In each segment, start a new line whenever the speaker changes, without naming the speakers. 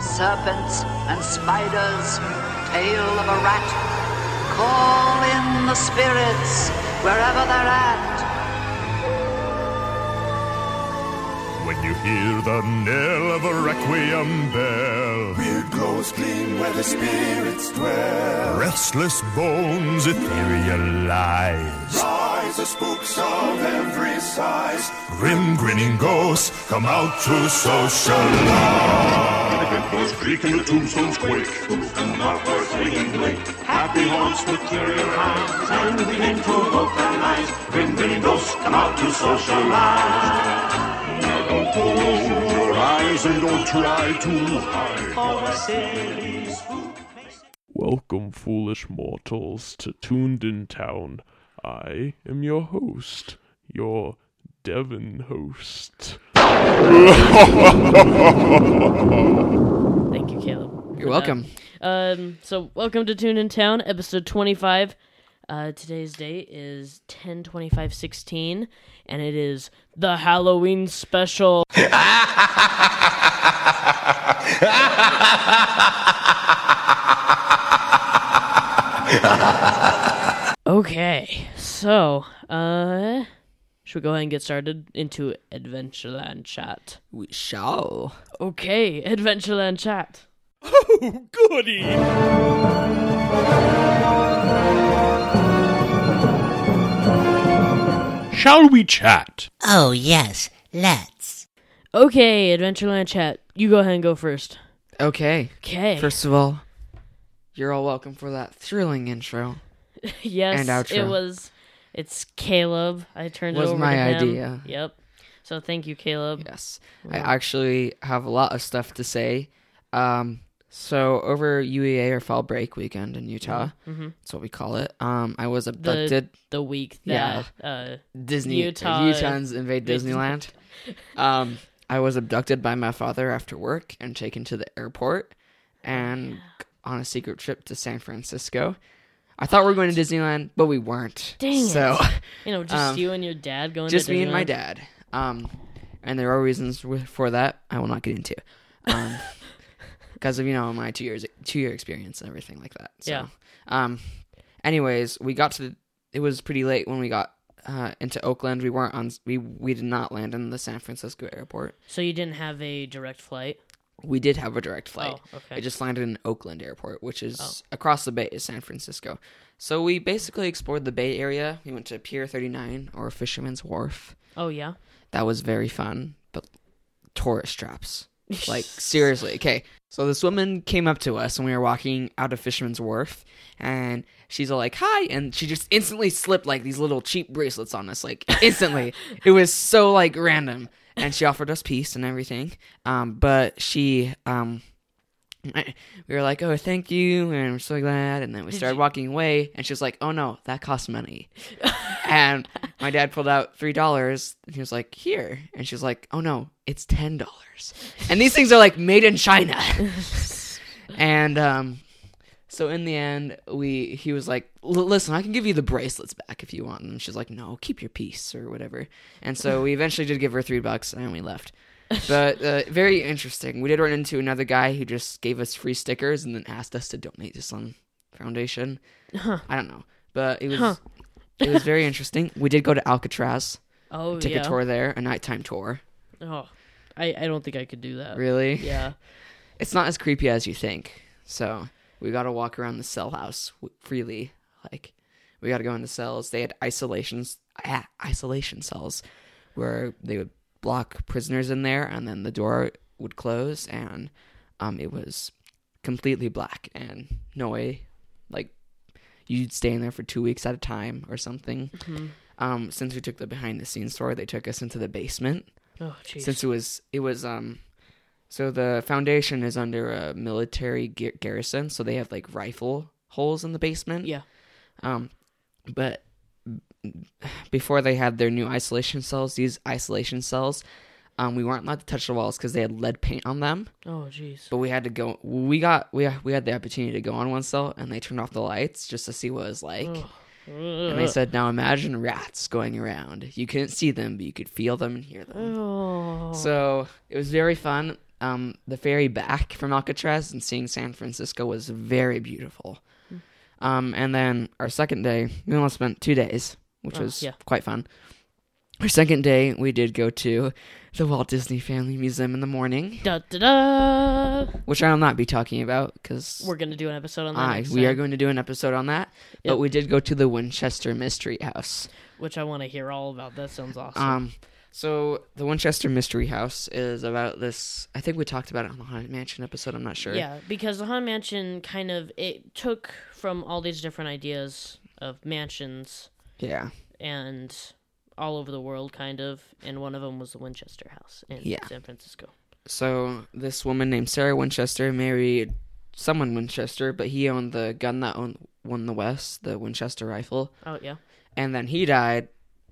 serpents and spiders, tail of a rat. Call in the spirits wherever they're at.
When you hear the knell of a requiem bell,
Weird glows gleam where the spirits dwell.
restless bones ethereal lies.
Rise the spooks of every size.
Grim grinning ghosts come out to socialize.
Those creaking the tombstones quake, and upward swinging blink. Happy haunts with teary eyes, and begin to hope their lies. Grim grinning ghosts come out to socialize. Now don't close your eyes and don't try to hide.
Welcome, foolish mortals, to Tuned in Town. I am your host, your Devon host.
Thank you, Caleb.
You're welcome.
Um, so welcome to Tune in Town, episode twenty-five. Uh, today's date is 10 25 16 and it is the halloween special okay so uh should we go ahead and get started into adventureland chat
We shall.
okay adventureland chat
Oh, goody! Shall we chat?
Oh, yes, let's.
Okay, Adventureland chat. You go ahead and go first.
Okay.
Okay.
First of all, you're all welcome for that thrilling intro.
yes,
and outro.
it was. It's Caleb. I turned
Was
it over
my
to him.
idea.
Yep. So thank you, Caleb.
Yes. I actually have a lot of stuff to say. Um, so over UEA or fall break weekend in Utah, that's what we call it. Um, I was
The
abducted.
the week
Yeah.
that uh,
Disney
Utah-
Utahns invade Disneyland. um, I was abducted by my father after work and taken to the airport
Oh,
and on a secret trip to San Francisco. I thought we were going to Disneyland, but we weren't.
Dang it.
So
you know, just
Um,
you and your dad going.
just
to
me and my
Disneyland.
dad. Um, and there are reasons wi- for that I will not get into, um, because of you know my two years two year experience and everything like that. So,
Yeah.
Um, anyways, we got to the, it was pretty late when we got uh, into Oakland. We weren't on we we did not land in the San Francisco airport.
So you didn't have a direct flight.
We did have a direct flight.
Oh, okay. Oh.
I just landed in Oakland Airport, which is across the bay is San Francisco. So we basically explored the Bay Area. We went to Pier 39 or Fisherman's Wharf.
Oh yeah.
That was very fun, but tourist traps. Like seriously, okay. So this woman came up to us when we were walking out of Fisherman's Wharf, and she's all like, "Hi!" and she just instantly slipped like these little cheap bracelets on us, like instantly. it was so like random, and she offered us peace and everything. Um, but she, um, we were like, "Oh, thank you," and we're so glad. And then we started walking away, and she was like, "Oh no, that costs money." and my dad pulled out three dollars and he was like here and she was like oh no it's ten dollars and these things are like made in china and um so in the end we he was like "L- listen i can give you the bracelets back if you want and she's like no keep your piece or whatever and so we eventually did give her three bucks and we left but uh, very interesting we did run into another guy who just gave us free stickers and then asked us to donate to some foundation i don't know but it was it was very interesting. We did go to Alcatraz,
Oh
take
yeah.
a tour there, a nighttime tour.
Oh, I I don't think I could do that.
Really?
Yeah.
It's not as creepy as you think. So we got to walk around the cell house w- freely. Like we got to go in the cells. They had isolations, ah, isolation cells, where they would block prisoners in there, and then the door would close, and um, it was completely black and no way, like you'd stay in there for two weeks at a time or something. Um, since we took the behind the scenes tour, they took us into the basement
Oh jeez.
since it was it was um so the foundation is under a military gar- garrison so they have like rifle holes in the basement
Yeah.
um but before they had their new isolation cells these isolation cells um we weren't allowed to touch the walls because they had lead paint on them
Oh jeez.
but we had to go we got we, we had the opportunity to go on one cell and they turned off the lights just to see what it was like and they said now imagine rats going around you couldn't see them but you could feel them and hear them
Oh.
so it was very fun. um, the ferry back from Alcatraz and seeing San Francisco was very beautiful.
Hmm.
Um, and then our second day, we only spent two days, which
Oh,
was
yeah.
quite fun. Our second day, we did go to the Walt Disney Family Museum in the morning,
Da da da.
which I will not be talking about because
We're gonna do an episode on that.
I,
next
we are
time,
going to do an episode on that.
Yep.
But we did go to the Winchester Mystery House.
which I want to hear all about. That sounds awesome.
Um, so the Winchester Mystery House is about this. I think we talked about it on the Haunted Mansion episode. I'm not sure.
Yeah, because the Haunted Mansion kind of it took from all these different ideas of mansions
Yeah.
and all over the world, kind of, and one of them was the Winchester House in
Yeah.
San Francisco.
So this woman named Sarah Winchester married someone Winchester, but he owned the gun that owned, won the West, the Winchester rifle,
Oh yeah,
and then he died,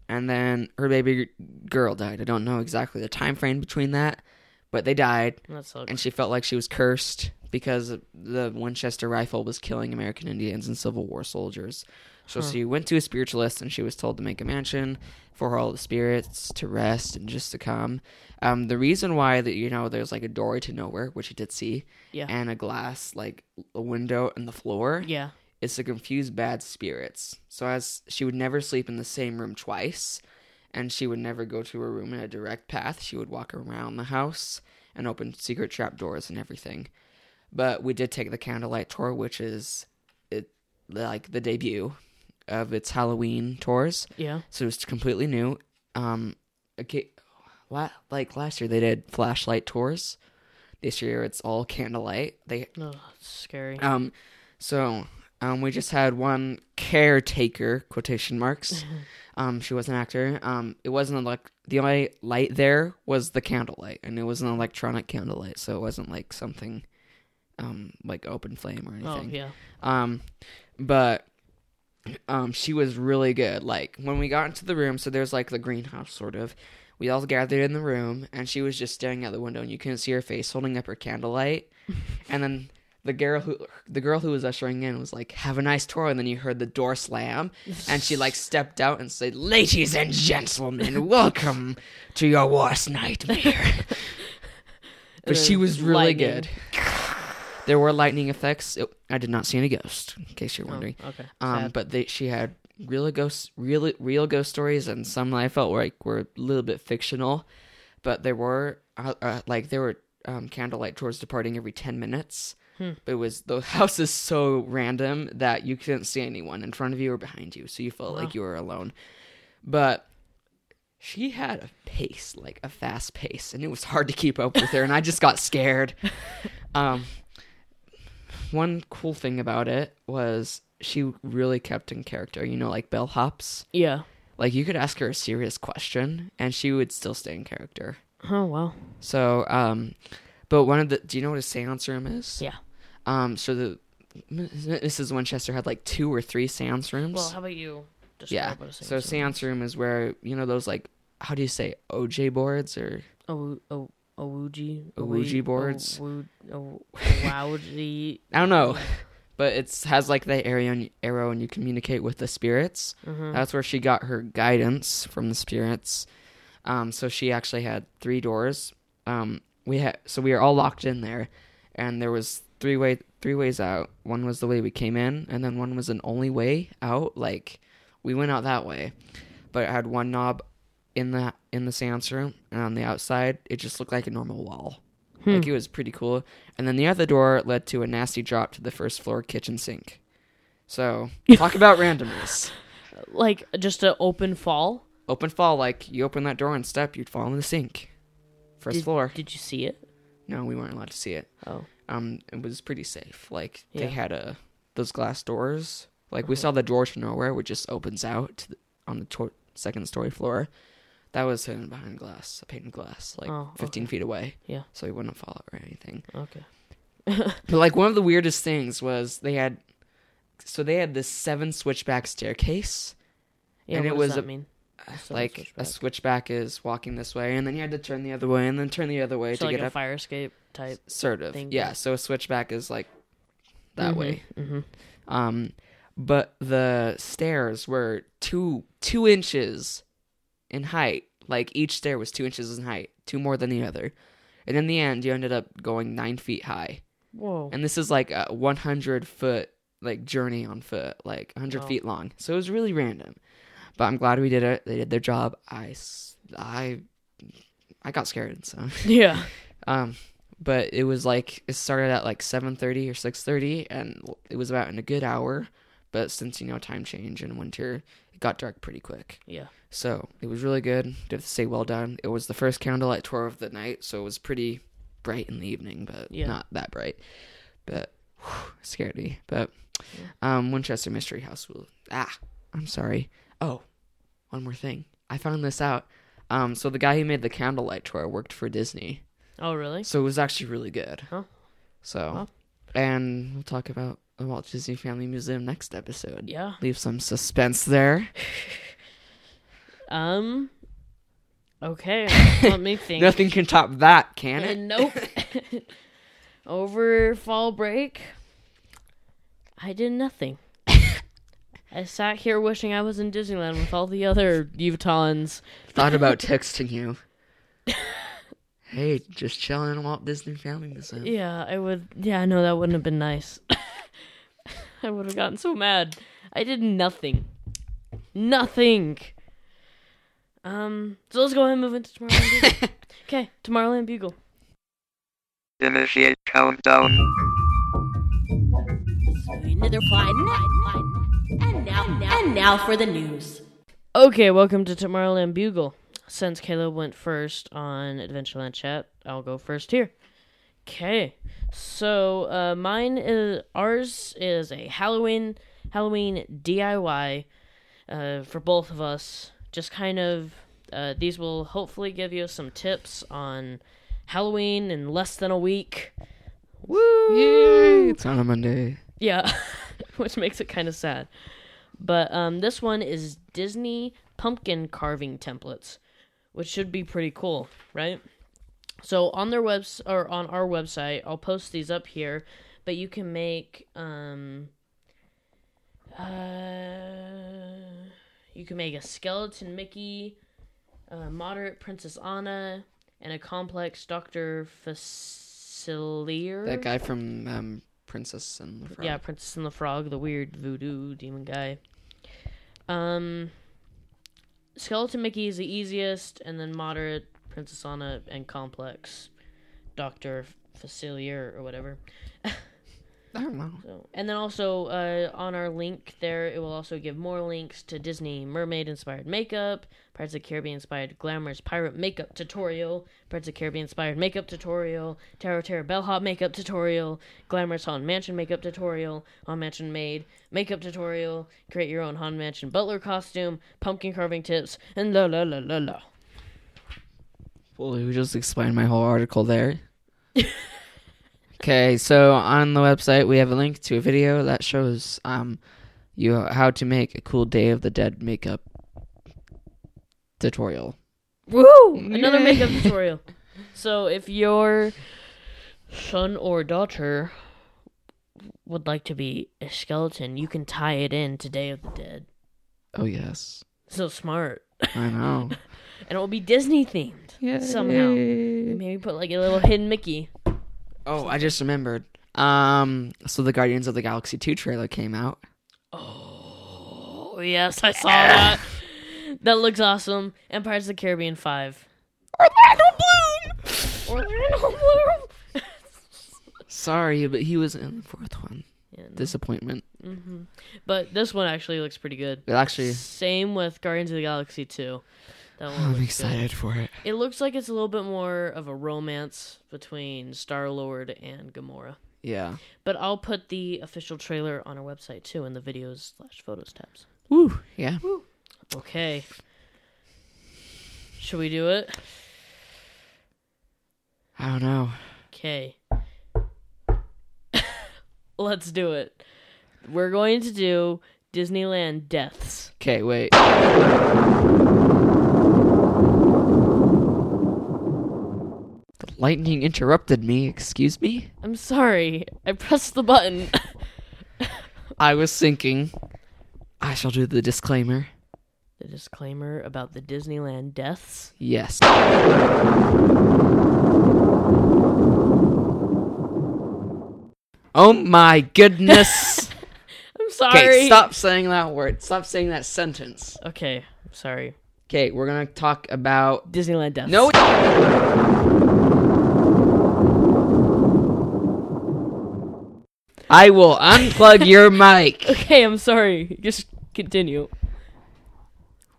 and then her baby girl died. I don't know exactly the time frame between that, but they died,
that sucks.
and she felt like she was cursed because the Winchester rifle was killing American Indians and Civil War soldiers. So she went to a spiritualist and she was told to make a mansion for all the spirits to rest and just to come. Um, the reason why that you know there's like a doorway to nowhere, which you did see,
Yeah.
and a glass like a window and the floor,
yeah,
is to confuse bad spirits. So as she would never sleep in the same room twice, and she would never go to her room in a direct path. She would walk around the house and open secret trap doors and everything. But we did take the candlelight tour, which is it like the debut of its Halloween tours.
yeah.
So it's completely new. Um, okay, la- like last year they did flashlight tours. This year it's all candlelight. They
Ugh, it's scary.
um, so um, we just had one caretaker quotation marks. um, she was an actor. Um, it wasn't like the only light there was the candlelight, and it was an electronic candlelight, so it wasn't like something, um, like open flame or
oh
anything.
yeah,
Um, but um, she was really good. Like when we got into the room, so there's like the greenhouse sort of. We all gathered in the room, and she was just staring out the window, and you couldn't see her face, holding up her candlelight. and then the girl who the girl who was ushering in was like, "Have a nice tour." And then you heard the door slam, and she like stepped out and said, "Ladies and gentlemen, welcome to your worst nightmare." but she was really
lightning.
good. There were lightning effects. It- I did not see any ghosts, in case you're wondering.
Oh, okay.
Um,
Sad.
but they, she had real ghost, real real ghost stories, and some that I felt like were a little bit fictional. But there were uh, uh, like there were um, candlelight tours departing every ten minutes. It was the house is so random that you couldn't see anyone in front of you or behind you, so you felt like you were alone. But she had a pace, like a fast pace, and it was hard to keep up with her, and I just got scared. Um, one cool thing about it was she really kept in character. You know, like bellhops.
yeah.
Like you could ask her a serious question, and she would still stay in character.
Oh well,
So, um, but one of the do you know what a séance room is?
yeah.
Um, so the Mrs. Winchester had like two or three séance rooms.
Well, how about you? Describe
yeah.
what a
so
seance
séance room is where you know those like how do you say OJ boards or
Oh, oh, Ouija,
Ouija boards.
Ouija, Ouija.
I don't know, but it's has like the arrow and, arrow and you communicate with the spirits.
Mm-hmm.
That's where she got her guidance from the spirits. Um, so she actually had three doors. Um, we had so we were all locked in there, and there was three way three ways out. One was the way we came in, and then one was an only way out. Like we went out that way, but it had one knob in the in the seance room, and on the outside it just looked like a normal wall. Like it was pretty cool. And then the other door led to a nasty drop to the first floor kitchen sink. So talk about randomness.
like just an open fall.
Open fall, like you open that door and step, you'd fall in the sink. First
Did,
floor.
Did you see it?
no, we weren't allowed to see it.
Oh,
Um, it was pretty safe. Like
Yeah. Uh-huh.
they had a those glass doors. Like we saw the door to nowhere, which just opens out to the, on the tor- second story floor. That was hidden behind glass, a pane of glass, like
Oh,
15 feet away.
Yeah.
So he wouldn't fall out or anything.
okay.
But like one of the weirdest things was they had, so they had this seven switchback staircase.
Yeah,
And
what does
it was
that
a-
mean? Seven
like
switchback.
a switchback is walking this way, and then you had to turn the other way, and then turn the other way
so
to
like
get
a
up.
fire escape type.
sort of,
thing. Mm-hmm,
yeah. So a switchback is like that way. Um, but the stairs were two two inches in height. Like each stair was two inches in height, two more than the other. And in the end, you ended up going nine feet high.
Whoa.
And this is like a 100 foot like journey on foot, like 100 feet long. So it was really random. But I'm glad we did it. They did their job. I, s- I, I got scared. So
yeah.
um, but it was like it started at like seven thirty or six thirty, and it was about in a good hour. But since you know time change and winter, it got dark pretty quick.
Yeah.
So it was really good. Did say well done. It was the first candlelight tour of the night, so it was pretty bright in the evening, but
Yeah.
not that bright. But whew, scared me. But um, Winchester Mystery House will. Ah, I'm sorry. Oh, one more thing. I found this out. Um, so the guy who made the candlelight tour worked for Disney.
Oh, really?
So it was actually really good.
Huh.
So, and we'll talk about the Walt Disney Family Museum next episode.
Yeah.
Leave some suspense there.
Um. Okay. Let me think.
Nothing can top that, can it?
And nope. Over fall break, I did nothing. I sat here wishing I was in Disneyland with all the other Utahns.
Thought about texting you. hey, just chilling in Walt Disney Family Museum.
Yeah, I would. Yeah, I know that wouldn't have been nice. I would have gotten so mad. I did nothing. Nothing. Um. So let's go ahead and move into Tomorrowland. Bugle. okay, Tomorrowland Bugle.
Initiate countdown.
Another fine. And now, and now for the news.
Okay, welcome to Tomorrowland Bugle. Since Caleb went first on Adventureland Chat, I'll go first here. Okay, so uh, mine is ours is a Halloween Halloween DIY uh, for both of us. Just kind of uh, these will hopefully give you some tips on Halloween in less than a week. Woo!
Yay, it's on a Monday.
Yeah, which makes it kind of sad. But um, this one is Disney pumpkin carving templates, which should be pretty cool, right? So on their webs or on our website, I'll post these up here, but you can make um, uh, you can make a skeleton Mickey, a moderate Princess Anna, and a complex Doctor Facilier.
That guy from um, Princess and the Frog.
Yeah, Princess and the Frog, the weird voodoo demon guy. Um, Skeleton Mickey is the easiest, and then moderate Princess Anna and complex Doctor Facilier or whatever.
I don't know.
So, and then also uh, on our link there, it will also give more links to Disney mermaid inspired makeup, Pirates of the Caribbean inspired glamorous pirate makeup tutorial, Pirates of the Caribbean inspired makeup tutorial, Tarot Terror bellhop makeup tutorial, glamorous Haunted Mansion makeup tutorial, Haunted Mansion maid makeup tutorial, create your own Haunted Mansion butler costume, pumpkin carving tips, and la la la la la.
Well, you just explained my whole article there. okay, so on the website we have a link to a video that shows um you how to make a cool Day of the Dead makeup tutorial.
Woo! Another makeup tutorial. So if your son or daughter would like to be a skeleton, you can tie it in to Day of the Dead.
Oh yes,
So smart.
I know.
And it will be Disney themed somehow. Maybe put like a little hidden Mickey.
oh, I just remembered. Um, so the Guardians of the Galaxy two trailer came out.
Oh yes, I saw that. That looks awesome. And Pirates of the Caribbean five. Orlando Bloom. Orlando Bloom.
Sorry, but he was in the fourth one. Disappointment.
But this one actually looks pretty good.
It actually,
Same with Guardians of the Galaxy 2. That one looks
I'm
good.
excited for it.
It looks like it's a little bit more of a romance between Star Lord and Gamora.
Yeah.
But I'll put the official trailer on our website too in the videos slash photos tabs.
Woo. Yeah.
Okay. Should we do it?
I don't know.
Okay. Let's do it. We're going to do Disneyland deaths.
Okay, wait. The lightning interrupted me. Excuse me?
I'm sorry. I pressed the button.
I was thinking. I shall do the disclaimer.
the disclaimer about the Disneyland deaths?
Yes. Oh my goodness.
I'm
Okay,
sorry.
stop saying that word. Stop saying that sentence.
Okay, I'm sorry.
Okay, we're gonna talk about
Disneyland deaths.
no. I will unplug your mic.
Okay, I'm sorry. Just continue.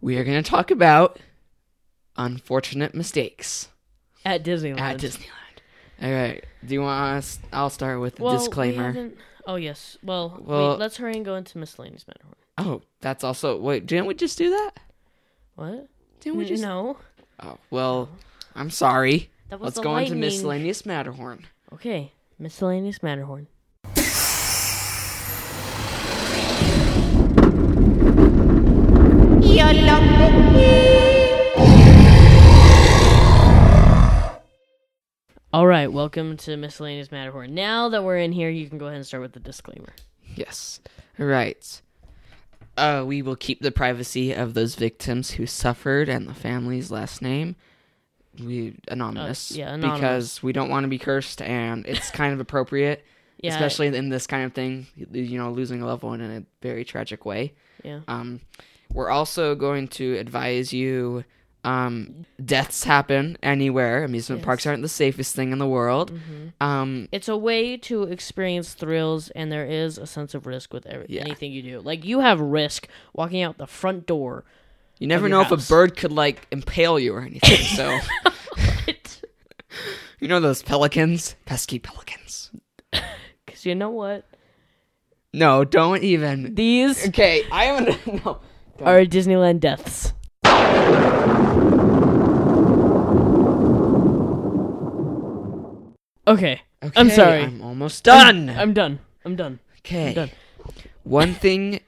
We are gonna talk about unfortunate mistakes
At Disneyland.
at Disneyland. All right. Do you want us? I'll start with the
Well, we
disclaimer.
haven't- Oh yes. Well, wait,
Well-
let's hurry and go into miscellaneous matter.
Oh, that's also wait. Didn't we just do that?
What?
Didn't we
N-
just?
No.
Oh well, I'm sorry.
That was
Let's
the
go on to
lightning.
miscellaneous Matterhorn.
Okay. Miscellaneous Matterhorn. All right, welcome to Miscellaneous Matterhorn. Now that we're in here, you can go ahead and start with the disclaimer.
Yes. Right. Uh, we will keep the privacy of those victims who suffered and the family's last name. We anonymous,
Uh, yeah, anonymous.
because we don't want to be cursed, and it's kind of appropriate,
Yeah.
especially in this kind of thing. You know, losing a loved one in a very tragic way.
Yeah.
Um, we're also going to advise you. Um, deaths happen anywhere. Amusement parks aren't the safest thing in the world.
Mm-hmm.
Um,
It's a way to experience thrills, and there is a sense of risk with every-
Yeah.
anything you do. Like, you have risk walking out the front door.
you never
your
know if
house.
a bird could like impale you or anything. So.
Because
You know those pelicans? Pesky pelicans.
you know what?
No, don't even.
These
Okay, I haven't. No.
are Disneyland deaths. Okay. I'm
Okay,
sorry.
I'm almost done.
I'm done. I'm done.
okay.
done.
One thing,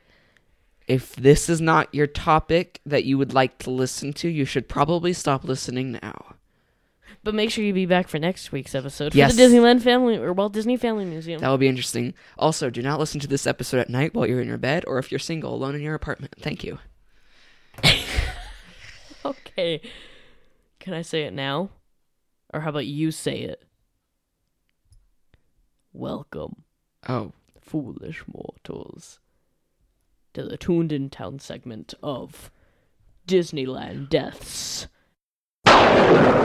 if this is not your topic that you would like to listen to, you should probably stop listening now.
But make sure you be back for next week's episode for
Yes.
the Disneyland Family or Walt Disney Family Museum.
That will be interesting. Also, do not listen to this episode at night while you're in your bed or if you're single alone in your apartment. Thank you.
okay. Can I say it now? Or how about you say it? Welcome,
Oh,
foolish mortals, to the Tuned In Town segment of Disneyland Deaths.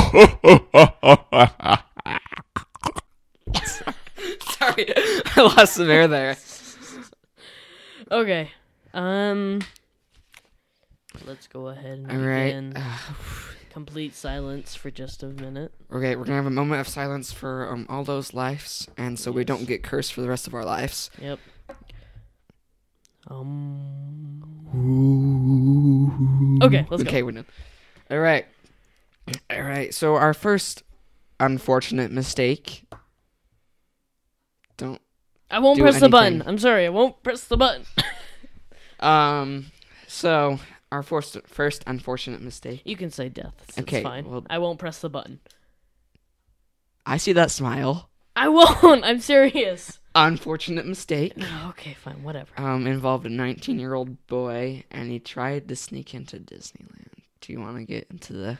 sorry, I lost some air there.
Okay. Um. Let's go ahead and
All right.
begin. Complete silence for just a minute.
Okay, we're gonna have a moment of silence for um, all those lives, and so we don't get cursed for the rest of our lives.
Yep. Um. Okay, let's
okay, we're done. All right, all right. So our first unfortunate mistake. Don't
go. I won't
do
press the button.
anything.
I'm sorry. I won't press the button.
um. So our first first unfortunate mistake.
you can say death. It's,
Okay,
it's fine.
well-
I won't press the button.
I see that smile.
I won't. I'm serious. Oh,
Unfortunate mistake.
Okay, fine. Whatever.
Um, involved a 19 year old boy, and he tried to sneak into Disneyland. Do you want to get into the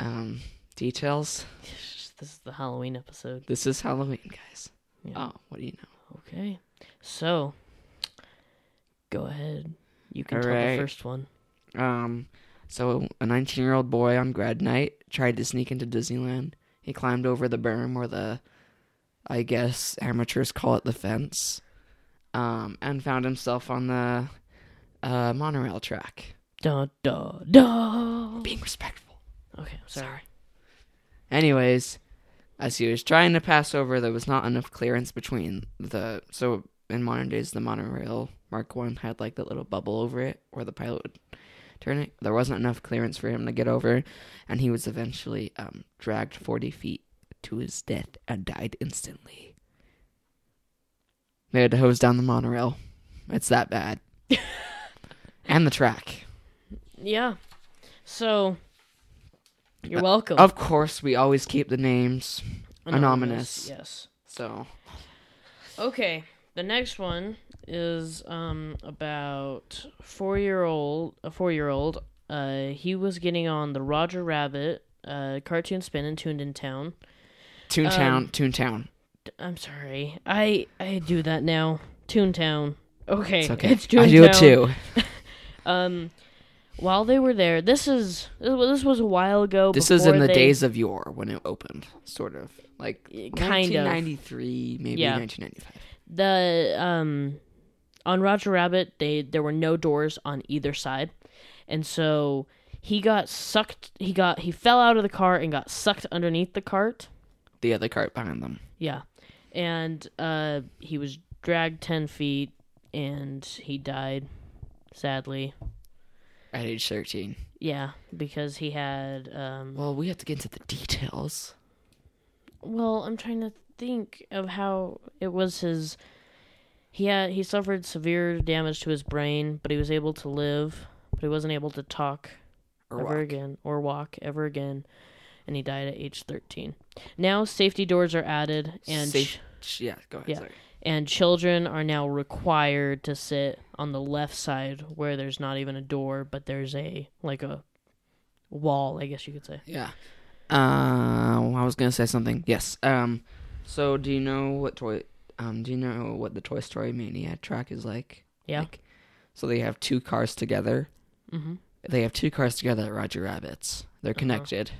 um details?
This is the Halloween episode.
This is Halloween, guys.
Yeah.
Oh, what do you know?
Okay. So, go ahead. You can
All
tell
right.
the first one.
Um, so a 19 year old boy on grad night tried to sneak into Disneyland. He climbed over the berm or the, I guess amateurs call it the fence, um, and found himself on the uh, monorail track.
Da da da.
Being respectful.
Okay, I'm sorry.
Anyways, as he was trying to pass over, there was not enough clearance between the. So in modern days, the monorail Mark One had like that little bubble over it where the pilot would turn it. There wasn't enough clearance for him to get over, and he was eventually um, dragged forty feet to his death and died instantly. They had to hose down the monorail. It's that bad. and the track.
Yeah. So, you're welcome.
Uh, Of course, we always keep the names anonymous.
Yes.
So
Okay, the next one is um about four year old a four year old. Uh, he was getting on the Roger Rabbit uh cartoon spin and tuned in town.
Toontown,
Um,
Toontown.
I'm sorry, I I do that now. Toontown. Okay,
It's okay.
It's Toontown.
I do it too.
While they were there, this is this was a while ago.
This is in
before
the
they-
days of yore when it opened, sort of like
kind of.
1993, maybe
Yeah.
1995.
the um on Roger Rabbit they there were no doors on either side. And so he got sucked he got he fell out of the car and got sucked underneath the cart.
The other cart behind them.
Yeah. And uh he was dragged 10 feet and he died sadly.
At age 13.
Yeah, because he had um
Well, we have to get into the details.
Well, I'm trying to think of how it was his. He had he suffered severe damage to his brain, but he was able to live, but he wasn't able to talk
Or
ever
walk.
again or walk ever again, and he died at age 13. Now safety doors are added, and
Safe-
ch-
sh- yeah, go ahead.
yeah,
Sorry.
and children are now required to sit on the left side where there's not even a door, but there's a like a wall, I guess you could say.
Yeah. Uh, I was gonna say something. Yes. Um. So, do you know what toy? Um. Do you know what the Toy Story Mania track is like?
Yeah.
Like, so they have two cars together. Mm-hmm. They have two cars together at Roger Rabbit's. They're
Uh-huh.
connected,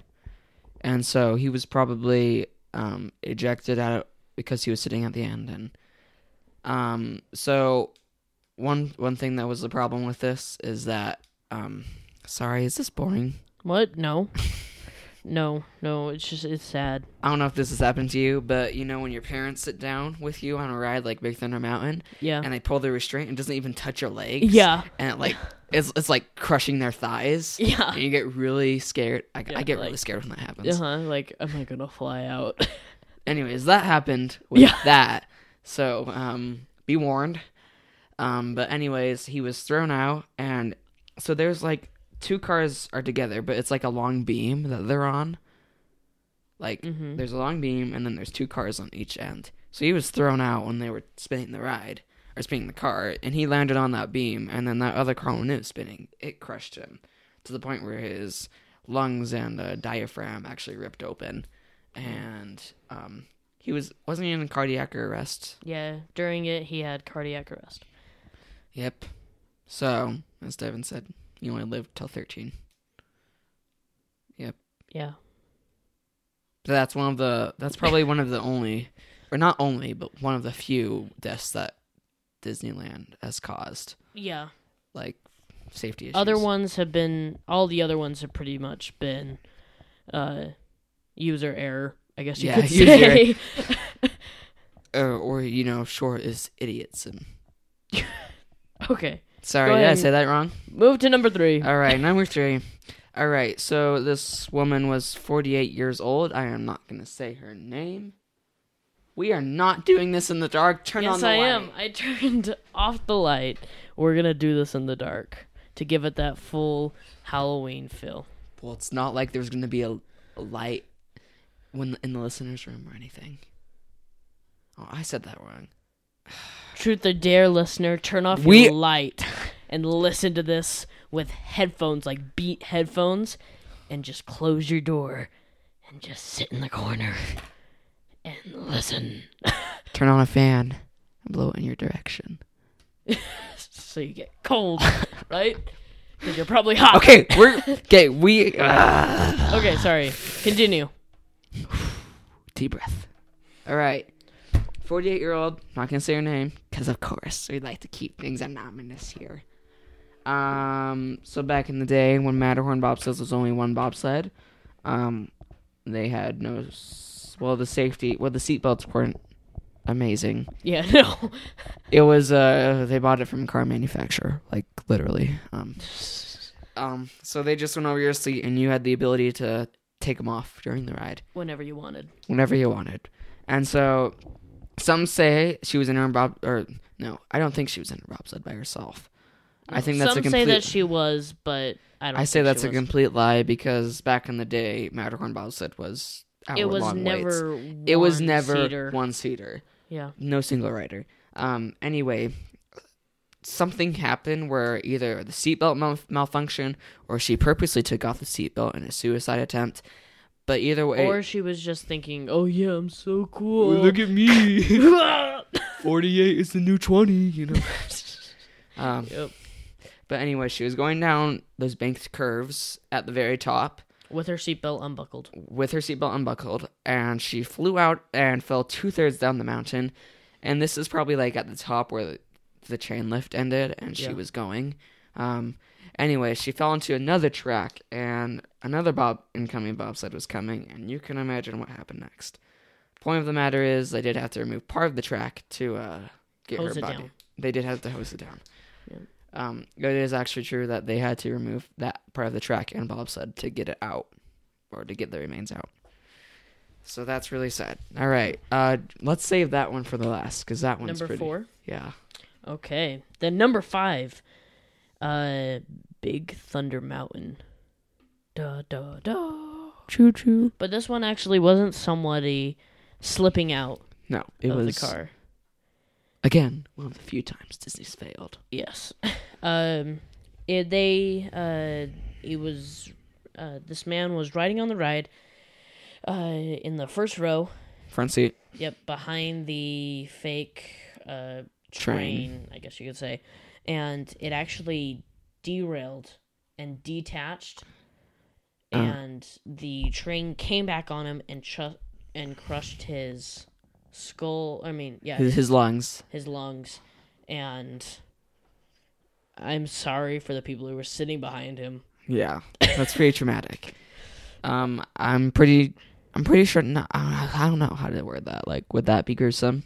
and so he was probably um ejected out because he was sitting at the end, and um. So one one thing that was the problem with this is that um. Sorry, is this boring?
What? No. no, no, it's just it's sad.
I don't know if this has happened to you, but you know when your parents sit down with you on a ride like Big Thunder Mountain,
Yeah.
and they pull the restraint and it doesn't even touch your legs,
Yeah.
and it, like it's it's like crushing their thighs,
Yeah.
and you get really scared. I, I get really
like-
scared when that happens.
Uh huh. Like, am I gonna fly out?
Anyways, that happened with
Yeah.
that, so um, be warned. Um, but anyways, he was thrown out, and so there's like two cars are together, but it's like a long beam that they're on. Like there's a long beam, and then there's two cars on each end. So he was thrown out when they were spinning the ride or spinning the car, and he landed on that beam, and then that other car when it was spinning, it crushed him to the point where his lungs and uh, diaphragm actually ripped open, and um, he was wasn't he in cardiac arrest?
yeah. During it, he had cardiac arrest.
Yep. So, as Devin said, you only lived till 13. Yep.
Yeah.
So that's one of the, that's probably one of the only, or not only, but one of the few deaths that Disneyland has caused.
Yeah.
Like, safety issues.
Other ones have been. All the other ones have pretty much been, uh, user error. I guess you
Yeah,
could
user
say.
Or, or, you know, sure, is idiots. And
okay.
Sorry,
Go
did I
ahead.
say that wrong?
Move to number three.
All right, number three. All right, so this woman was 48 years old. I am not going to say her name. We are not doing this in the dark. Turn on
yes,
the
I
light.
am. I turned off the light. We're gonna do this in the dark to give it that full Halloween feel.
Well, it's not like there's gonna be a, a light when in the listeners' room or anything. Oh, I said that wrong.
Truth or dare, listener, turn off
We-
your light and listen to this with headphones, like beat headphones, and just close your door and just sit in the corner and listen
Turn on a fan and blow it in your direction.
so you get cold, right? Because you're probably hot.
Okay, we're okay. We ah,
Okay, sorry. Continue.
deep breath. All right, forty-eight-year-old. Not gonna say her name because, of course, we like to keep things anonymous here. Um, so back in the day when Matterhorn bobsleds was only one bobsled, um, they had no. s- Well, the safety, well, the seatbelts weren't amazing.
Yeah, no.
It was uh they bought it from a car manufacturer, like literally. Um, um so they just went over your seat and you had the ability to take them off during the ride
Whenever you wanted.
whenever you wanted. And so some say she was in her bob or no, I don't think she was in her bobsled by herself. I think that's
Some
a complete
say that she was, but I don't.
I say
think
that's
she
a
was.
complete lie because back in the day Matterhorn bobsled was
It was
hour-long waits.
never.
it was never
one-seater.
one seater.
Yeah.
no single rider. Um, anyway, something happened where either the seatbelt mal- malfunctioned or she purposely took off the seatbelt in a suicide attempt. But either way,
Or she was just thinking, "Oh yeah, I'm so cool."
at me, forty-eight is the new twenty, you know. um,
Yep.
But anyway, she was going down those banked curves at the very top
with her seatbelt unbuckled.
with her seatbelt unbuckled, and she flew out and fell two thirds down the mountain. And this is probably like at the top where the, the chain lift ended, and she
Yeah.
was going. Um, anyway, she fell into another track, and another bob incoming bobsled was coming, and you can imagine what happened next. Point of the matter is, they did have to remove part of the track to uh, get
Hose
her
it
body.
down.
They did have to hose it down. Um, it is actually true that they had to remove that part of the track and bobsled to get it out, or to get the remains out. So that's really sad. All right, uh, let's save that one for the last because that one's
Number
pretty-
four?
Yeah,
Okay. Then number five, uh, Big Thunder Mountain. Da da da.
true, true.
But this one actually wasn't somebody slipping out
No, it
of
was
the car.
again one of the few times Disney's failed.
Yes. Um, it, they, uh, it was, uh, this man was riding on the ride, uh, in the first row.
Front seat.
Yep, behind the fake, uh,
Train.
train, I guess you could say. And it actually derailed and detached,
Oh.
and the train came back on him and chu- and crushed his skull. I mean, yeah,
His, his lungs.
his lungs and i'm sorry for the people who were sitting behind him
Yeah, that's pretty traumatic. Um, I'm pretty, I'm pretty sure. No, I I don't know how to word that. Like, would that be gruesome?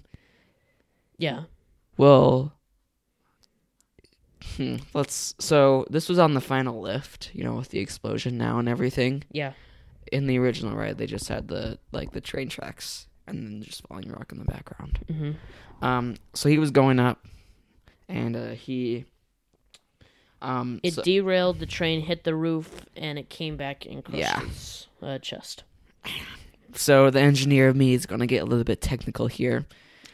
yeah
Well, hmm, let's. So this was on the final lift, you know, with the explosion now and everything.
yeah
In the original ride, they just had the like the train tracks and then just falling rock in the background. Mm-hmm. Um, so he was going up, and uh, he, um,
it
so-
derailed the train hit the roof and it came back and crushed
Yeah.
his uh, chest
so the engineer of me is gonna get a little bit technical here.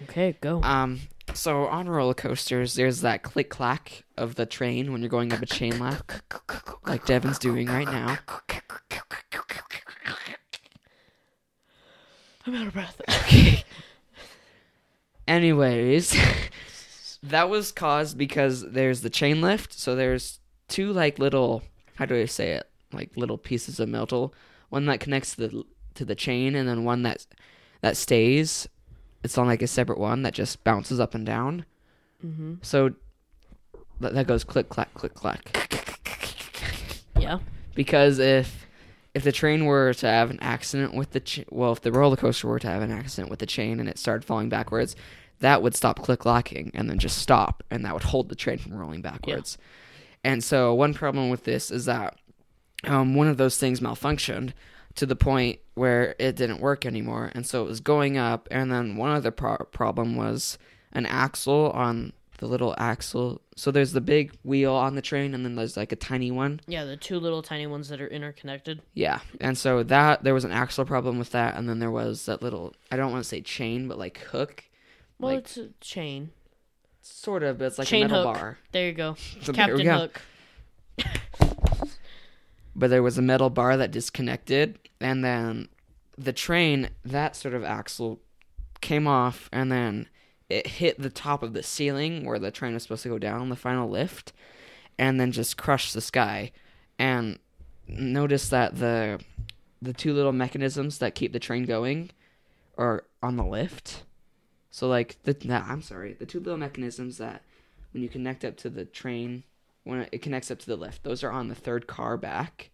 okay go
Um, so on roller coasters, there's that click clack of the train when you're going up a chain lap, like Devin's doing right now.
i'm out of breath
Anyways, that was caused because there's the chain lift, so there's two like little how do I say it? Like little pieces of metal, one that connects to the to the chain, and then one that that stays. It's on like a separate one that just bounces up and down. Mm-hmm. So that, that goes click clack click clack.
yeah
because if if the train were to have an accident with the ch- well, if the roller coaster were to have an accident with the chain and it started falling backwards, that would stop click locking and then just stop, and that would hold the train from rolling backwards. And so one problem with this is that um, one of those things malfunctioned to the point where it didn't work anymore, and so it was going up. And then one other pro- problem was an axle on the little axle. So there's the big wheel on the train, and then there's like a tiny one.
yeah the two little tiny ones that are interconnected
Yeah, and so that there was an axle problem with that, and then there was that little I don't want to say chain, but like hook,
well
Like-
it's a chain
sort of, but it's like
chain
a metal
hook
bar.
there you go
So there we
captain
go.
hook
But there was a metal bar that disconnected, and then the train that sort of axle came off, and then it hit the top of the ceiling where the train was supposed to go down on the final lift, and then just crushed the sky. And notice that the the two little mechanisms that keep the train going are on the lift. So like the no, I'm sorry, the two little mechanisms that when you connect up to the train, when it connects up to the lift, those are on the third car back,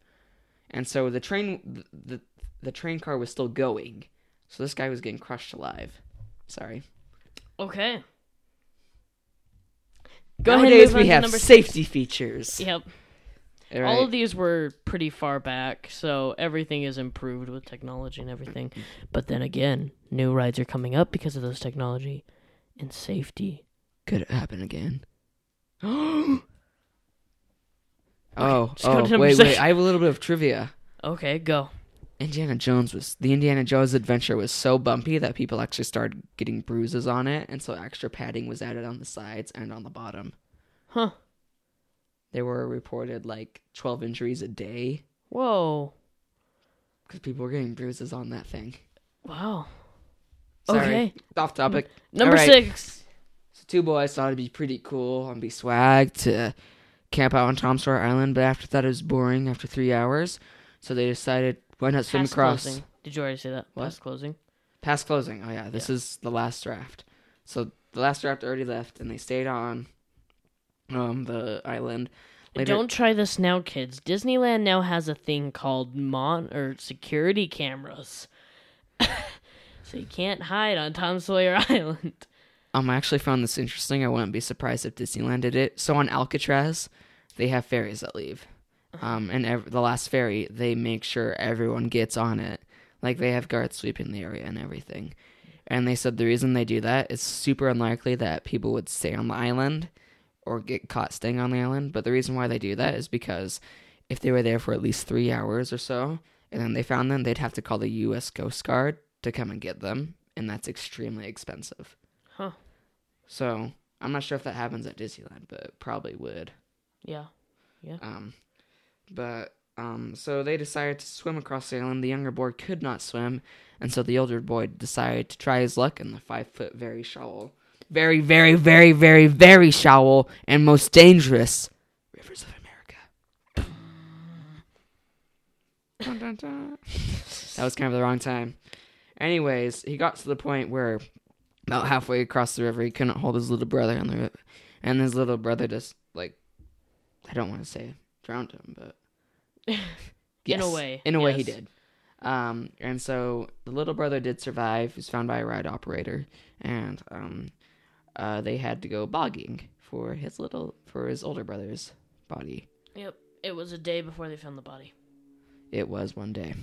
and so the train the the, the train car was still going, so this guy was getting crushed alive. Sorry.
okay go ahead and move
Nowadays
on
we
to
have
number six.
safety features.
yep
All
All of
right.
these were pretty far back, so everything is improved with technology and everything. But then again, new rides are coming up because of those technology and safety.
could it happen again? oh, oh,
go to number
wait,
six.
wait! I have a little bit of trivia.
Okay, go.
Indiana Jones was the Indiana Jones adventure was so bumpy that people actually started getting bruises on it, and so extra padding was added on the sides and on the bottom.
Huh.
There were reported like 12 injuries a day
Whoa.
because people were getting bruises on that thing.
Wow.
Sorry,
Okay.
off topic.
Number
All right.
six.
So two boys thought it'd be pretty cool and be swag to camp out on Tom Sawyer Island, but after that it was boring after three hours, so they decided why not swim
Past
across.
closing. Did you already say that?
What?
Past closing.
Past closing. Oh yeah, this is the last draft. So the last draft already left, and they stayed on um the island. Later,
Don't try this now, kids. Disneyland now has a thing called mon or security cameras, so you can't hide on Tom Sawyer Island.
um, I actually found this interesting. I wouldn't be surprised if Disneyland did it. So on Alcatraz, they have ferries that leave, um, and ev- the last ferry they make sure everyone gets on it. Like they have guards sweeping the area and everything. And they said the reason they do that is super unlikely that people would stay on the island or get caught staying on the island. But the reason why they do that is because if they were there for at least three hours or so and then they found them, they'd have to call the U.S. Coast Guard to come and get them. And that's extremely expensive.
Huh.
So I'm not sure if that happens at Disneyland, but it probably would.
Yeah.
Um, but um, so they decided to swim across the island. The younger boy could not swim, and so the older boy decided to try his luck in the five foot very shoal, very very very very very shoal and most dangerous rivers of America. Dun, dun, dun. that was kind of the wrong time. Anyways, he got to the point where about halfway across the river, he couldn't hold his little brother, and the and his little brother just like I don't want to say drowned him, but
In a
Yes,
way,
in a way, he
yes.
did. Um, and so the little brother did survive. He was found by a ride operator, and um, uh, they had to go bogging for his little for his older brother's body.
Yep. It was a day before they found the body.
It was one day.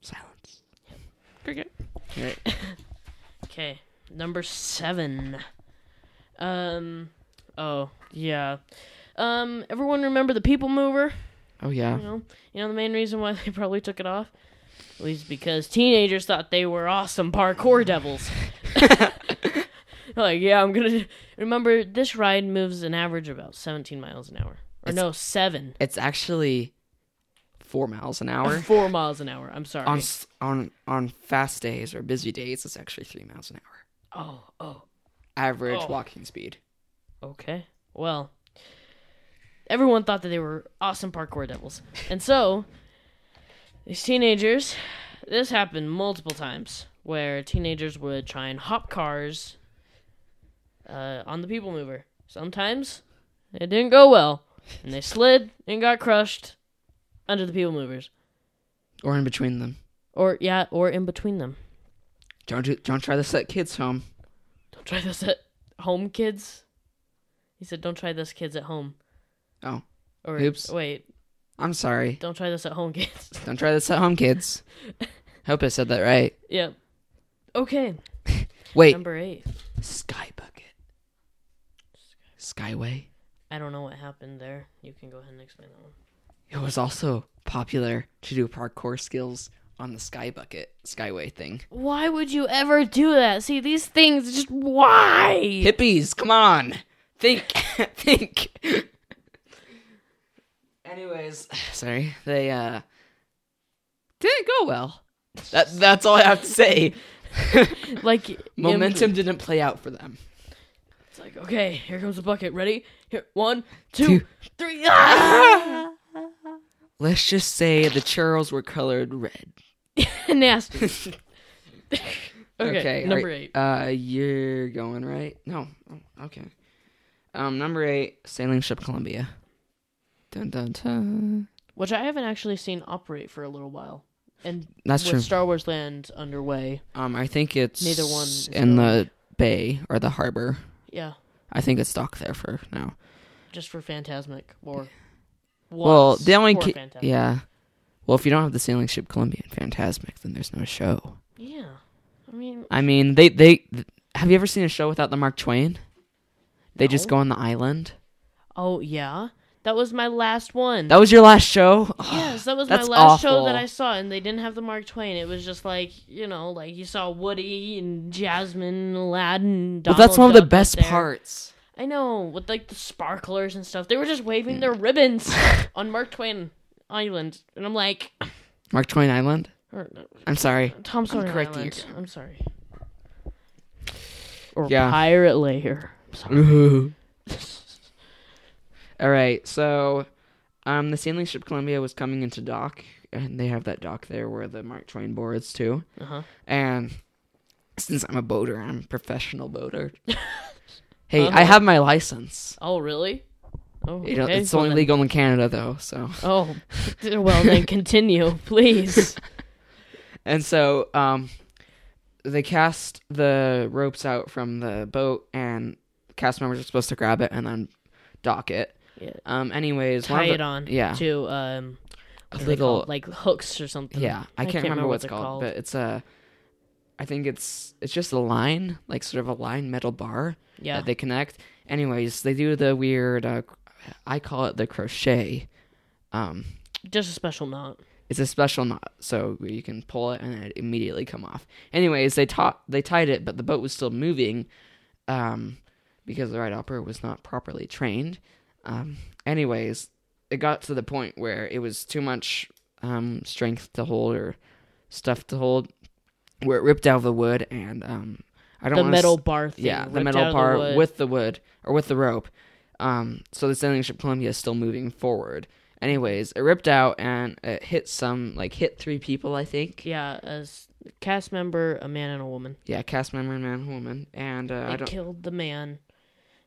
Silence. Cricket. Right.
Okay, number seven. Um. Oh yeah. Um. Everyone remember the People Mover?
Oh yeah.
You know. You know the main reason why they probably took it off was because teenagers thought they were awesome parkour devils. like yeah, I'm gonna remember this ride moves an average of about 17 miles an hour. Or no, seven.
It's actually four miles an hour.
Four miles an hour. I'm sorry.
on s- on on fast days or busy days, it's actually three miles an hour.
oh, oh.
Average
Oh.
walking speed.
Okay. Well, everyone thought that they were awesome parkour devils. And so, these teenagers, this happened multiple times where teenagers would try and hop cars uh, on the people mover. Sometimes it didn't go well, and they slid and got crushed under the people movers.
Or in between them.
Or, yeah, or in between them.
Don't do, don't try this at kids' home.
Don't try this at home, kids. He said, don't try this, kids, at home.
Oh,
Or,
Oops.
wait,
I'm sorry.
don't try this at home, kids.
Don't try this at home, kids. Hope I said that right.
Yep. Okay.
Wait,
Number eight.
sky bucket, skyway.
I don't know what happened there. You can go ahead and explain that one.
It was also popular to do parkour skills on the sky bucket skyway thing.
Why would you ever do that? See, these things just why?
Hippies, come on. Think, think. Anyways, sorry. They uh didn't go well. That that's all I have to say.
like in-
Momentum didn't play out for them.
It's like okay, here comes the bucket. Ready? Here, one, two,
Two.
three. Ah!
Let's just say the churros were colored red.
Nasty. okay,
all
number
right.
eight.
Uh you're going right? No. Oh, Okay. Um number 8, sailing ship Columbia. Dun dun dun.
Which I haven't actually seen operate for a little while, and
That's
with
true.
Star Wars Land underway.
Um I think it's
Neither one is
in the bay or the harbor.
Yeah,
I think it's docked there for now.
just for Phantasmic or.
well,
was
the only
for
ca-
Phantasmic.
yeah. Well, if you don't have the sailing ship Columbia and Fantasmic, then there's no show.
Yeah, I mean,
I mean, they they th- have you ever seen a show without the Mark Twain? They just
No.
go on the island.
Oh yeah, That was my last one.
That was your last show?
Yes, that was my
That's
last show that
awful.
I saw, and they didn't have the Mark Twain. It was just like you know, like you saw Woody and Jasmine, Aladdin.
But
Donald
that's one of the
Duck up
best
there.
parts.
I know, with like the sparklers and stuff. They were just waving their ribbons on Mark Twain Island, and I'm like,
Mark Twain Island?
or, uh,
I'm sorry.
Tom Sawyer
correcting you.
Island. I'm sorry. Or
Yeah.
Pirate Layer. I'm sorry.
All right, so um, the sailing ship Columbia was coming into dock, and they have that dock there where the Mark Twain boards too. Uh-huh. And since I'm a boater, I'm a professional boater. hey,
Uh-huh.
I have my license.
Oh, really? Oh,
You know,
okay,
it's
well
only
then-
legal in Canada though, so.
Oh, well then continue, please.
And so um, they cast the ropes out from the boat, and cast members are supposed to grab it and then dock it.
Yeah.
Um. Anyways, one
Tie
of the-
it on
Yeah.
to um, what are they
A little-
called? like hooks or something.
yeah. I can't, remember, what it's
they're
called, but it's a. I think it's it's just a line, like sort of a line metal bar
Yeah.
that they connect. Anyways, they do the weird. Uh, I call it the crochet. Um,
just a special knot.
it's a special knot, so you can pull it and it immediately come off. Anyways, they taught they tied it, but the boat was still moving, um, because the right operator was not properly trained. Um, anyways, it got to the point where it was too much um, strength to hold or stuff to hold, where it ripped out of the wood and um, I don't
The
wanna
metal bar thing.
yeah, the
ripped out
metal
of
bar
wood.
with the wood or with the rope. Um, so the sailing ship Columbia is still moving forward. Anyways, it ripped out and it hit some, like hit three people, I think.
yeah, a s- cast member, a man and a woman.
Yeah, cast member and man, woman, and uh, I
It
don't.
killed the man,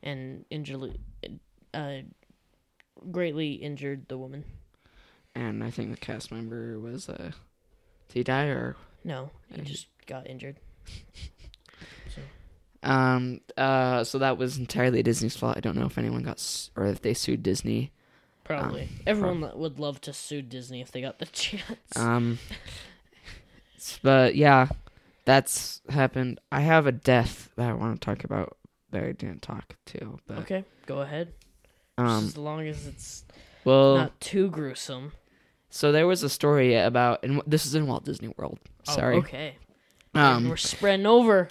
and injured, uh, greatly injured the woman.
And I think the cast member was uh, did he die or
No, he just got injured.
um uh? So that was entirely Disney's fault. I don't know if anyone got s- or if they sued Disney. Ah,
Probably. Everyone lo- would love to sue Disney if they got the chance.
Um, but yeah, that's happened. I have a death that I want to talk about that I didn't talk to. But,
okay, go ahead. Just
Um.
as long as it's
Well,
not too gruesome.
so there was a story about, and this is in Walt Disney World. Sorry.
Oh, okay.
Um,
We're spreading over,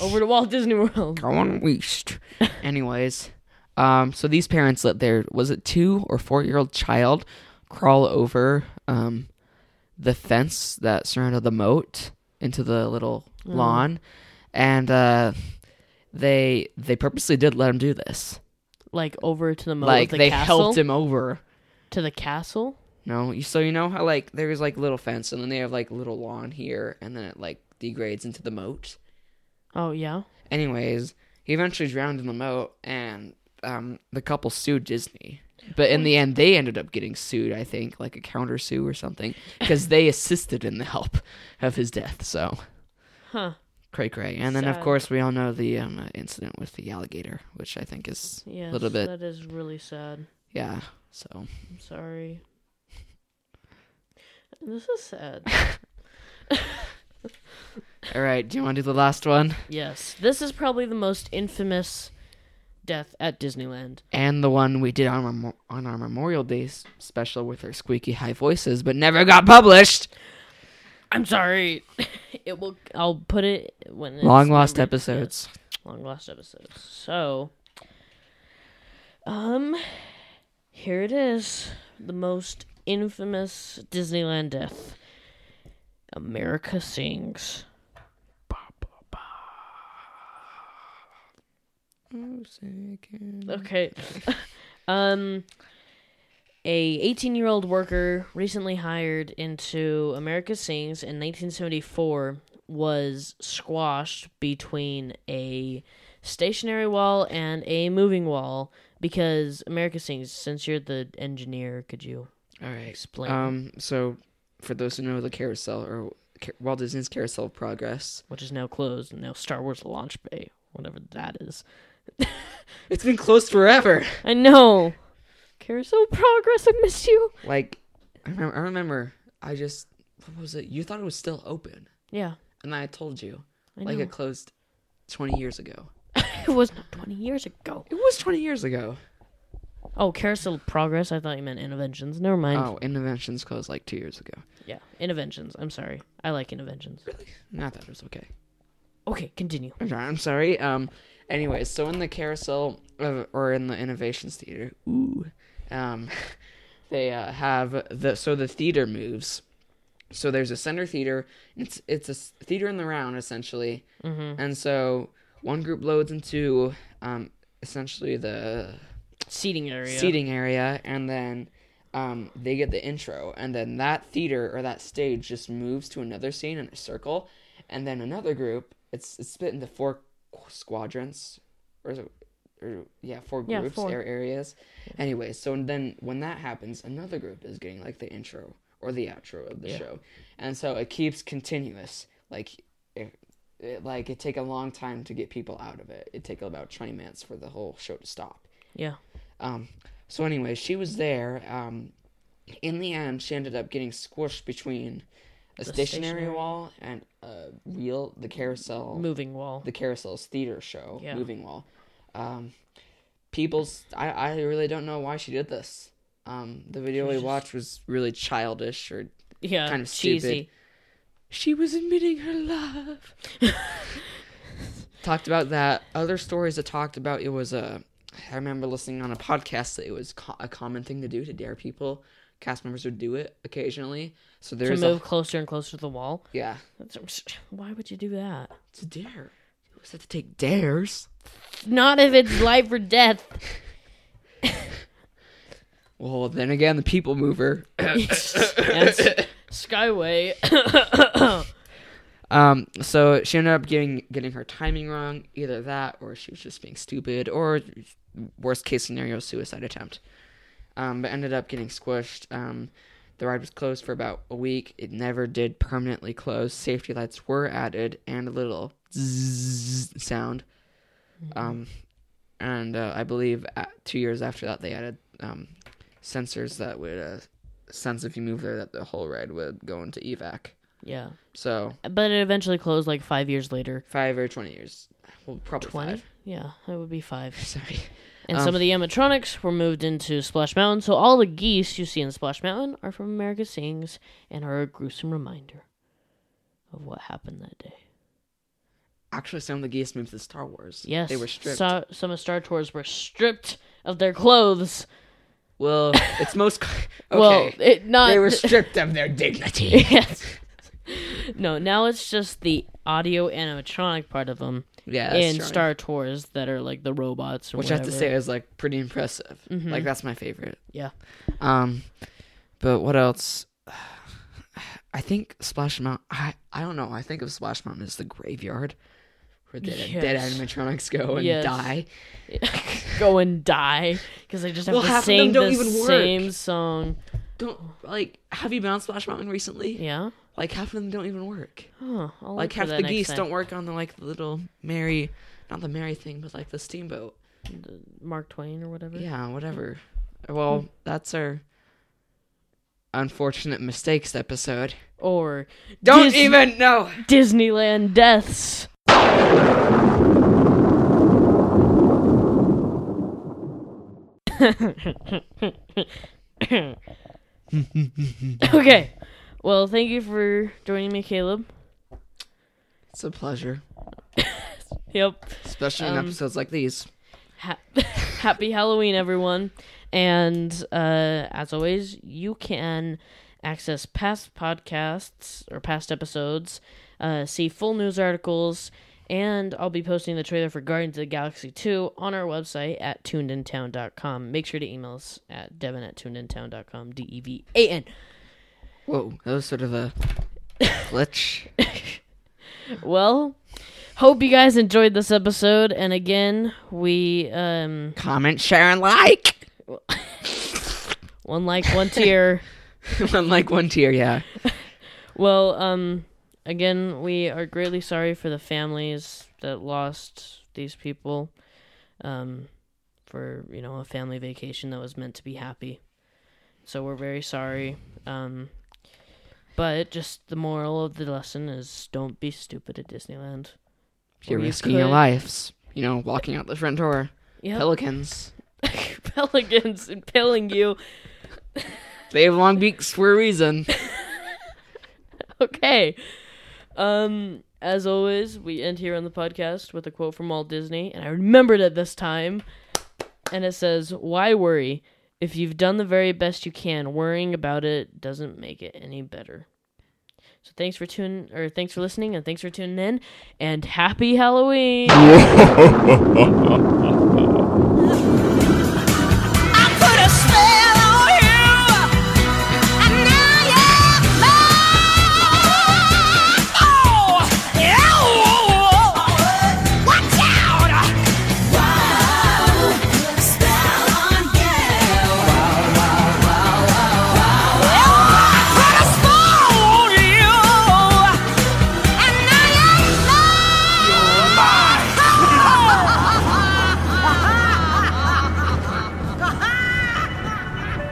over to Walt Disney World.
Going east. Anyways, um, so these parents let their was it two or four year old child crawl over um the fence that surrounded the moat into the little
Oh.
lawn, and uh, they they purposely did let him do this.
Like over to the moat
like
of the
they
castle.
helped him over.
to the castle.
No, you so you know how like there's like little fence and then they have like little lawn here and then it like degrades into the moat.
Oh yeah.
Anyways, he eventually drowned in the moat, and um, the couple sued Disney. But in the end, they ended up getting sued, I think, like a counter sue or something, because they assisted in the help of his death. So,
Huh.
cray cray. And then, of
Sad.
course, we all know the um, uh, incident with the alligator, which I think is
Yeah.
a little bit,
That is really sad.
yeah. So,
I'm sorry. This is sad.
all right, do you want to do the last one
yes, this is probably the most infamous death at Disneyland.
and the one we did on our mem- on our Memorial Day s- special with our squeaky high voices, but never got published?
I'm sorry. it will. I'll put it when it's
Long lost
numbered.
episodes.
long lost episodes. So, um, here it is the most infamous Disneyland death. America sings. Okay. um a 18-year-old worker recently hired into America Sings in 1974 was squashed between a stationary wall and a moving wall because America Sings since you're the engineer could you
All right.
Explain.
Um. So, for those who know the carousel or Ca- Walt Disney's Carousel of Progress,
which is now closed and now Star Wars launch bay whatever that is
it's been closed forever.
I know Carousel Progress I miss you
Like, I remember. I, remember I just what was it? You thought it was still open,
yeah
and I told you
I
like
know.
it closed twenty years ago.
it was not 20 years ago
It was twenty years ago.
Oh, Carousel Progress. I thought you meant Interventions. Never mind.
Oh, Interventions closed like two years ago.
Yeah, Interventions. I'm sorry. I like Interventions. Really?
Not that it was okay.
Okay, continue.
I'm sorry- I'm sorry. Um, anyways, so in the carousel of, or in the innovations theater, ooh, um, they uh, have the so the theater moves. So there's a center theater. It's it's a s- theater in the round essentially, and so one group loads into um essentially the
Seating area.
seating area, and then. Um, they get the intro, and then that theater or that stage just moves to another scene in a circle, and then another group. It's it's split into four qu- squadrants, or is it, or yeah, four
Yeah,
groups
four.
or areas. Anyway, so then when that happens, another group is getting like the intro or the outro of the show, and so it keeps continuous. Like it, it like it take a long time to get people out of it. It take about twenty minutes for the whole show to stop.
Yeah.
Um, so anyway, she was there. Um, in the end, she ended up getting squished between a stationary,
stationary-
wall and a real the carousel,
Moving wall.
the carousel's theater show,
Yeah.
moving wall. Um, people's I I really don't know why she did this. Um, the video we watched was really childish or
yeah.
kind of
cheesy.
stupid. she was admitting her love. talked about that. Other stories that talked about it was a. I remember listening on a podcast that it was co- a common thing to do to dare people. Cast members would do it occasionally. So
To
there's
move
a
closer and closer to the wall.
yeah
That's- Why would you do that?
to dare. You always have to take dares.
Not if it's life or death.
Well, then again, the people mover.
Yes. Skyway.
Um, so she ended up getting getting her timing wrong. Either that, or she was just being stupid, or worst case scenario, suicide attempt. Um, but ended up getting squished. Um, the ride was closed for about a week. It never did permanently close. Safety lights were added and a little zzzz sound. Um, and uh, I believe at, two years after that, they added um, sensors that would uh, sense if you move there that the whole ride would go into evac.
yeah.
So
But it eventually closed like five years later.
five or twenty years. Well, probably
20?
five.
Yeah, that would be five. Um,
Sorry.
And some of the animatronics were moved into Splash Mountain, so all the geese you see in Splash Mountain are from America Sings and are a gruesome reminder of what happened that day.
Actually, some of the geese moved to Star Wars.
Yes,
they were stripped.
Sa- some of Star Tours were stripped of their clothes.
well, it's most. okay.
Well, it not.
they were stripped of their dignity.
yes. No, now it's just the audio animatronic part of them
Yeah, that's
in
charming.
Star Tours that are like the robots or
which I
whatever. Mm-hmm.
have to say is like pretty impressive. Like that's my favorite.
yeah,
Um, but what else? I think Splash Mountain. I I don't know. I think of Splash Mountain as the graveyard where the dead
Yes.
animatronics go and
Yes.
die.
go and die because I just have
Well,
to
half of them
sing the
don't even work.
same song.
Don't like. Have you been on Splash Mountain recently?
Yeah.
Like half of them don't even work.
Huh, I'll look
like
for
half
that
the
next
geese
time.
don't work on the like little Mary, not the Mary thing, but like the steamboat.
Mark Twain or whatever.
Yeah, whatever.
Mm.
Well, that's our unfortunate mistakes episode.
Or
Don't
Disney-
even know.
Disneyland deaths. okay. Well, thank you for joining me, Caleb.
It's a pleasure,
Yep.
especially
Um,
in episodes like these.
Ha- happy Halloween, everyone. And uh, as always, you can access past podcasts or past episodes, uh, see full news articles, and I'll be posting the trailer for Guardians of the Galaxy 2 on our website at tunedintown.com. Make sure to email us at devin at tunedintown.com, D E V A N.
Whoa, that was sort of a glitch.
Well, hope you guys enjoyed this episode. And again, we. Um,
Comment, share, and like.
one like, one tier.
one like, one tier. Yeah.
Well, um, again, we are greatly sorry for the families that lost these people, um, for you know a family vacation that was meant to be happy. So we're very sorry. Um, but just the moral of the lesson is don't be stupid at Disneyland.
You're
Or you
risking your
could-
lives. You know, walking out the front door.
Yep.
Pelicans.
pelicans impaling you.
They have long beaks for a reason.
Okay. Um, as always, we end here on the podcast with a quote from Walt Disney, and I remembered it this time. And it says, Why worry? If you've done the very best you can, worrying about it doesn't make it any better. So thanks for tuning or thanks for listening and thanks for tuning in and happy Halloween.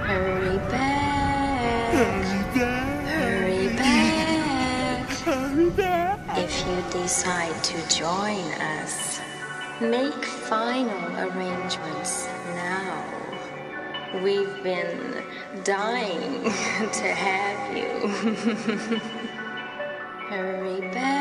Hurry back, hurry back. If you decide to join us, make final arrangements now. We've been dying to have you. hurry back.